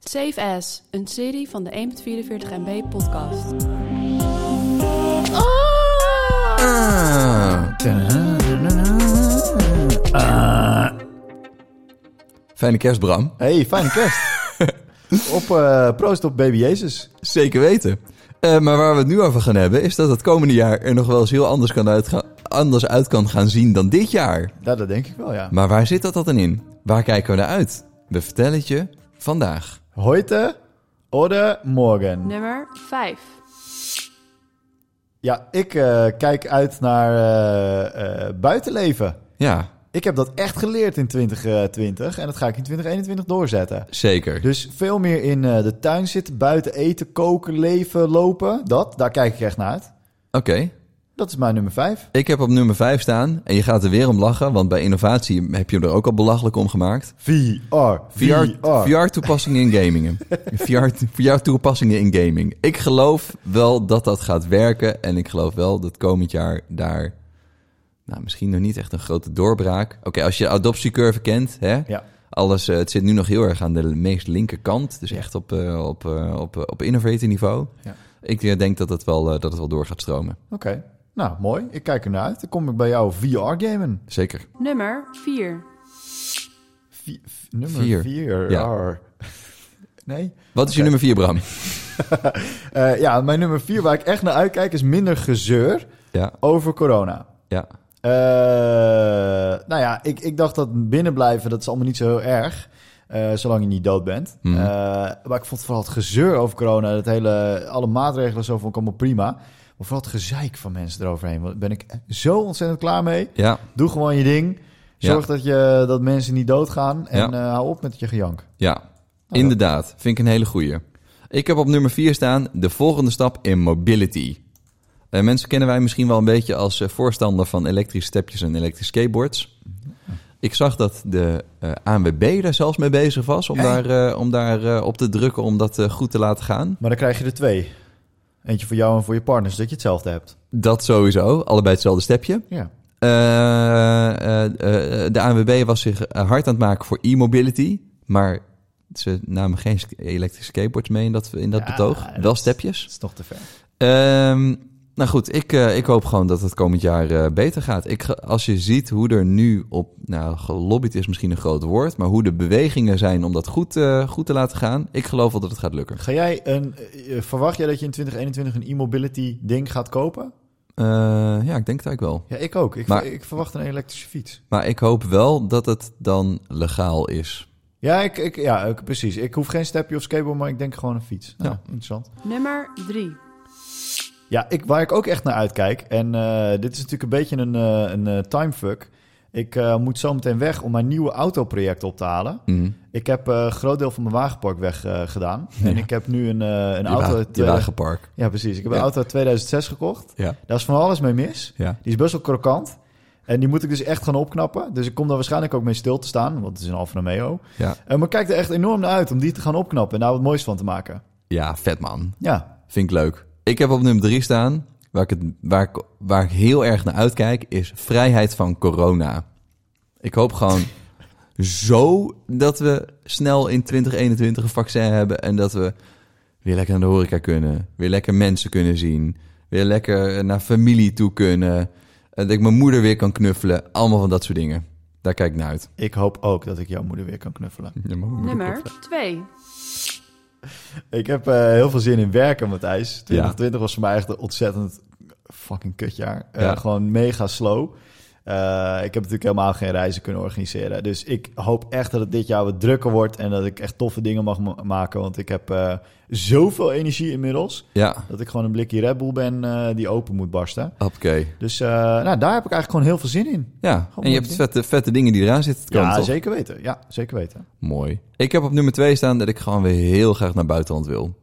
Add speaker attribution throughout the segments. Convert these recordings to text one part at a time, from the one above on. Speaker 1: Safe As, een serie van de 1.44 MB podcast.
Speaker 2: Ah. Fijne kerst, Bram.
Speaker 3: Hey, fijne kerst. op, eh, proost op baby Jezus.
Speaker 2: Zeker weten. Eh, maar waar we het nu over gaan hebben, is dat het komende jaar er nog wel eens heel anders, kan uitga- anders uit kan gaan zien dan dit jaar.
Speaker 3: Ja, dat denk ik wel, ja.
Speaker 2: Maar waar zit dat dan in? Waar kijken we naar uit? We vertellen het je vandaag.
Speaker 3: Heute oder morgen.
Speaker 1: Nummer 5.
Speaker 3: Ja, ik eh, kijk uit naar eh, eh, buitenleven.
Speaker 2: Ja,
Speaker 3: Ik heb dat echt geleerd in 2020 en dat ga ik in 2021 doorzetten.
Speaker 2: zeker.
Speaker 3: Dus veel meer in eh, de tuin zitten, buiten eten, koken, leven, lopen. Dat, daar kijk ik echt naar uit.
Speaker 2: Oké.
Speaker 3: Dat is mijn nummer 5.
Speaker 2: Ik heb op nummer 5 staan en je gaat er weer om lachen, want bij innovatie heb je hem er ook al belachelijk om gemaakt.
Speaker 3: VR.
Speaker 2: VR, VR-toepassingen in gamingen. VR, VR-toepassingen in gaming. Ik geloof wel dat dat gaat werken. En ik geloof wel dat komend jaar daar... Nou, misschien nog niet echt een grote doorbraak. Oké, als je de adoptiecurve kent, hè?
Speaker 3: Ja.
Speaker 2: Alles, eh, het zit nu nog heel erg aan de meest linkerkant. Dus
Speaker 3: Ja.
Speaker 2: echt op, eh, op, eh, op, eh, op innovator niveau.
Speaker 3: Ja.
Speaker 2: Ik eh, denk dat het, wel, eh, dat het wel door gaat stromen.
Speaker 3: Oké. Nou, mooi. Ik kijk ernaar uit. Dan kom ik bij jou VR-gamen.
Speaker 2: Zeker.
Speaker 1: Nummer 4.
Speaker 3: Vi- v- nummer
Speaker 2: Vier.
Speaker 3: 4.
Speaker 2: Ja.
Speaker 3: Nee?
Speaker 2: Wat is je
Speaker 3: Oké.
Speaker 2: nummer 4, Bram?
Speaker 3: Eh, ja, mijn nummer 4 waar ik echt naar uitkijk is minder gezeur
Speaker 2: ja,
Speaker 3: over corona.
Speaker 2: ja.
Speaker 3: Eh, nou ja, ik, ik dacht dat binnenblijven, dat is allemaal niet zo heel erg. eh, zolang je niet dood bent.
Speaker 2: Mhm.
Speaker 3: Eh, maar ik vond vooral het gezeur over corona, dat hele, alle maatregelen zo vond ik allemaal prima. Maar vooral het gezeik van mensen eroverheen. Daar ben ik zo ontzettend klaar mee.
Speaker 2: Ja,
Speaker 3: Doe gewoon je ding. Zorg dat, je, dat mensen niet doodgaan. En
Speaker 2: Ja.
Speaker 3: eh, hou op met je gejank.
Speaker 2: Ja, inderdaad. Vind ik een hele goeie. Ik heb op nummer 4 staan de volgende stap in mobility. Eh, mensen kennen wij misschien wel een beetje als eh, voorstander van elektrische stepjes en elektrische skateboards. Ik zag dat de eh ANWB daar zelfs mee bezig was om
Speaker 3: Hè?
Speaker 2: daar, eh, om daar eh, op te drukken om dat eh, goed te laten gaan.
Speaker 3: Maar dan krijg je er twee. Eentje voor jou en voor je partner, zodat je hetzelfde hebt.
Speaker 2: Dat sowieso, allebei hetzelfde stepje.
Speaker 3: Ja.
Speaker 2: Eh, eh, eh, de ANWB was zich eh, hard aan het maken voor e-mobility. Maar ze namen geen sk- elektrische skateboards mee in dat, in dat
Speaker 3: Ja,
Speaker 2: betoog.
Speaker 3: dat
Speaker 2: Wel
Speaker 3: is-
Speaker 2: stepjes.
Speaker 3: Dat is nog te ver.
Speaker 2: Ehm, nou goed, ik, eh, ik hoop gewoon dat het komend jaar eh, beter gaat. Ik, ge- als je ziet hoe er nu op, nou gelobbyd is misschien een groot woord, maar hoe de bewegingen zijn om dat goed, eh, goed te laten gaan. Ik geloof wel dat het gaat lukken.
Speaker 3: Ga jij een, eh, verwacht jij dat je in 2021 een e-mobility ding gaat kopen?
Speaker 2: Eh, ja, ik denk het eigenlijk wel.
Speaker 3: Ja, ik ook. Ik,
Speaker 2: Maar-
Speaker 3: ik verwacht een elektrische fiets.
Speaker 2: Maar ik hoop wel dat het dan legaal is.
Speaker 3: Ja, ik, ik, ja ik- precies. Ik hoef geen stepje of skateboard, maar ik denk gewoon een fiets. Nou,
Speaker 2: Ja.
Speaker 3: interessant.
Speaker 1: Nummer 3.
Speaker 3: Ja, ik, waar ik ook echt naar uitkijk. En eh, dit is natuurlijk een beetje een, eh, een eh, timefuck. Ik eh, moet zo meteen weg om mijn nieuwe autoproject op te halen.
Speaker 2: Mhm.
Speaker 3: Ik heb eh, een groot deel van mijn wagenpark weggedaan. gedaan. En ik heb nu een, eh, een
Speaker 2: Die
Speaker 3: auto...
Speaker 2: wa-
Speaker 3: uit,
Speaker 2: die
Speaker 3: eh,
Speaker 2: wagenpark.
Speaker 3: Ja, precies. Ik heb
Speaker 2: Ja.
Speaker 3: een auto uit 2006 gekocht.
Speaker 2: Ja.
Speaker 3: Daar is van alles mee mis.
Speaker 2: Ja.
Speaker 3: Die is best wel krokant. En die moet ik dus echt gaan opknappen. Dus ik kom daar waarschijnlijk ook mee stil te staan. Want het is een Alfa Romeo.
Speaker 2: Ja.
Speaker 3: Eh, maar ik kijk er echt enorm naar uit om die te gaan opknappen. En daar wat moois van te maken.
Speaker 2: ja, vet man.
Speaker 3: Ja.
Speaker 2: Vind ik leuk. Ik heb op nummer 3 staan, waar ik, het, waar, ik, waar ik heel erg naar uitkijk, is vrijheid van corona. Ik hoop gewoon zo dat we snel in 2021 een vaccin hebben en dat we weer lekker naar de horeca kunnen, weer lekker mensen kunnen zien, weer lekker naar familie toe kunnen, en dat ik mijn moeder weer kan knuffelen. Allemaal van dat soort dingen. Daar kijk ik naar uit.
Speaker 3: Ik hoop ook dat ik jouw moeder weer kan knuffelen.
Speaker 1: Nummer 2.
Speaker 3: Ik heb eh, heel veel zin in werken, Matthijs. 2020 was voor mij echt een ontzettend fucking kutjaar. Eh,
Speaker 2: Ja.
Speaker 3: Gewoon mega slow. Eh, ik heb natuurlijk helemaal geen reizen kunnen organiseren. Dus ik hoop echt dat het dit jaar wat drukker wordt... en dat ik echt toffe dingen mag ma- maken. Want ik heb eh, zoveel energie inmiddels...
Speaker 2: Ja,
Speaker 3: dat ik gewoon een blikje Red Bull ben eh, die open moet barsten.
Speaker 2: oké.
Speaker 3: Dus eh, nou, daar heb ik eigenlijk gewoon heel veel zin in.
Speaker 2: Ja, en je hebt vette, vette dingen die eraan zitten te komen,
Speaker 3: Ja,
Speaker 2: toch?
Speaker 3: zeker weten. Ja, zeker weten.
Speaker 2: Mooi. Ik heb op nummer 2 staan dat ik gewoon weer heel graag naar buitenland wil.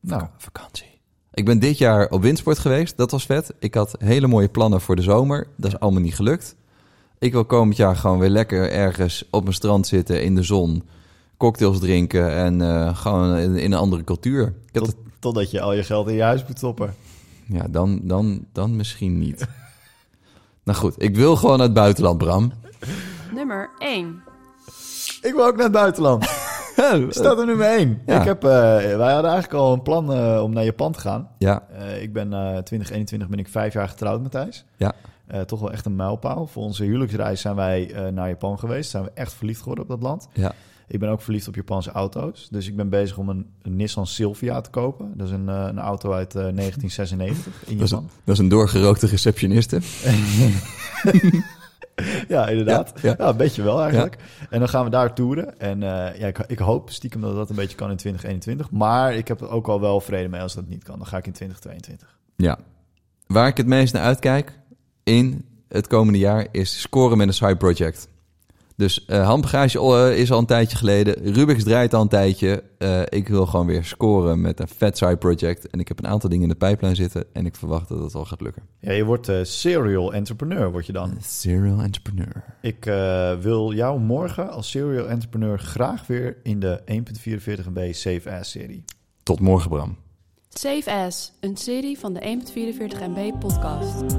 Speaker 3: Nou,
Speaker 2: Vakantie. Ik ben dit jaar op windsport geweest. Dat was vet. Ik had hele mooie plannen voor de zomer. Dat is allemaal niet gelukt. Ik wil komend jaar gewoon weer lekker ergens op een strand zitten in de zon. Cocktails drinken en eh, gewoon in, in een andere cultuur. Ik heb
Speaker 3: tot, totdat je al je geld in je huis moet stoppen.
Speaker 2: dat- ja, dan, dan, dan misschien niet. nou goed, ik wil gewoon naar het buitenland, Bram.
Speaker 1: Nummer 1.
Speaker 3: Ik wil ook naar het buitenland. Staat er nummer één.
Speaker 2: Ja.
Speaker 3: Ik heb, eh, wij hadden eigenlijk al een plan eh, om naar Japan te gaan.
Speaker 2: Ja,
Speaker 3: Eh, ik ben eh 2021 ben ik vijf jaar getrouwd met Thijs.
Speaker 2: Ja.
Speaker 3: Eh, toch wel echt een mijlpaal. Voor onze huwelijksreis zijn wij eh, naar Japan geweest. Zijn we echt verliefd geworden op dat land.
Speaker 2: Ja.
Speaker 3: Ik ben ook verliefd op Japanse auto's. Dus ik ben bezig om een, een Nissan Silvia te kopen. Dat is een, eh, een auto uit eh, 1996 in
Speaker 2: Dat is
Speaker 3: Japan.
Speaker 2: dat is een doorgerookte receptioniste.
Speaker 3: Ja, inderdaad.
Speaker 2: Ja,
Speaker 3: Ja,
Speaker 2: ja.
Speaker 3: een beetje wel eigenlijk. En dan gaan we daar toeren. En eh, ja, ik, ik hoop stiekem dat dat een beetje kan in 2021. Maar ik heb er ook al wel vrede mee als dat niet kan. Dan ga ik in 2022.
Speaker 2: Ja. Waar ik het meest naar uitkijk in het komende jaar is scoren met een side project. Dus eh handbagage eh, is al een tijdje geleden. Rubik's draait al een tijdje. Eh, ik wil gewoon weer scoren met een vet side project. En ik heb een aantal dingen in de pijplijn zitten. En ik verwacht dat het al gaat lukken.
Speaker 3: Ja, je wordt eh, serial entrepreneur, word je
Speaker 2: Hmm.
Speaker 3: dan.
Speaker 2: Serial entrepreneur.
Speaker 3: Ik eh, wil jou morgen als serial entrepreneur graag weer in de 1.44 MB Safe Ass serie.
Speaker 2: Tot morgen, Bram.
Speaker 1: Save As, een serie van de 1.44 MB podcast.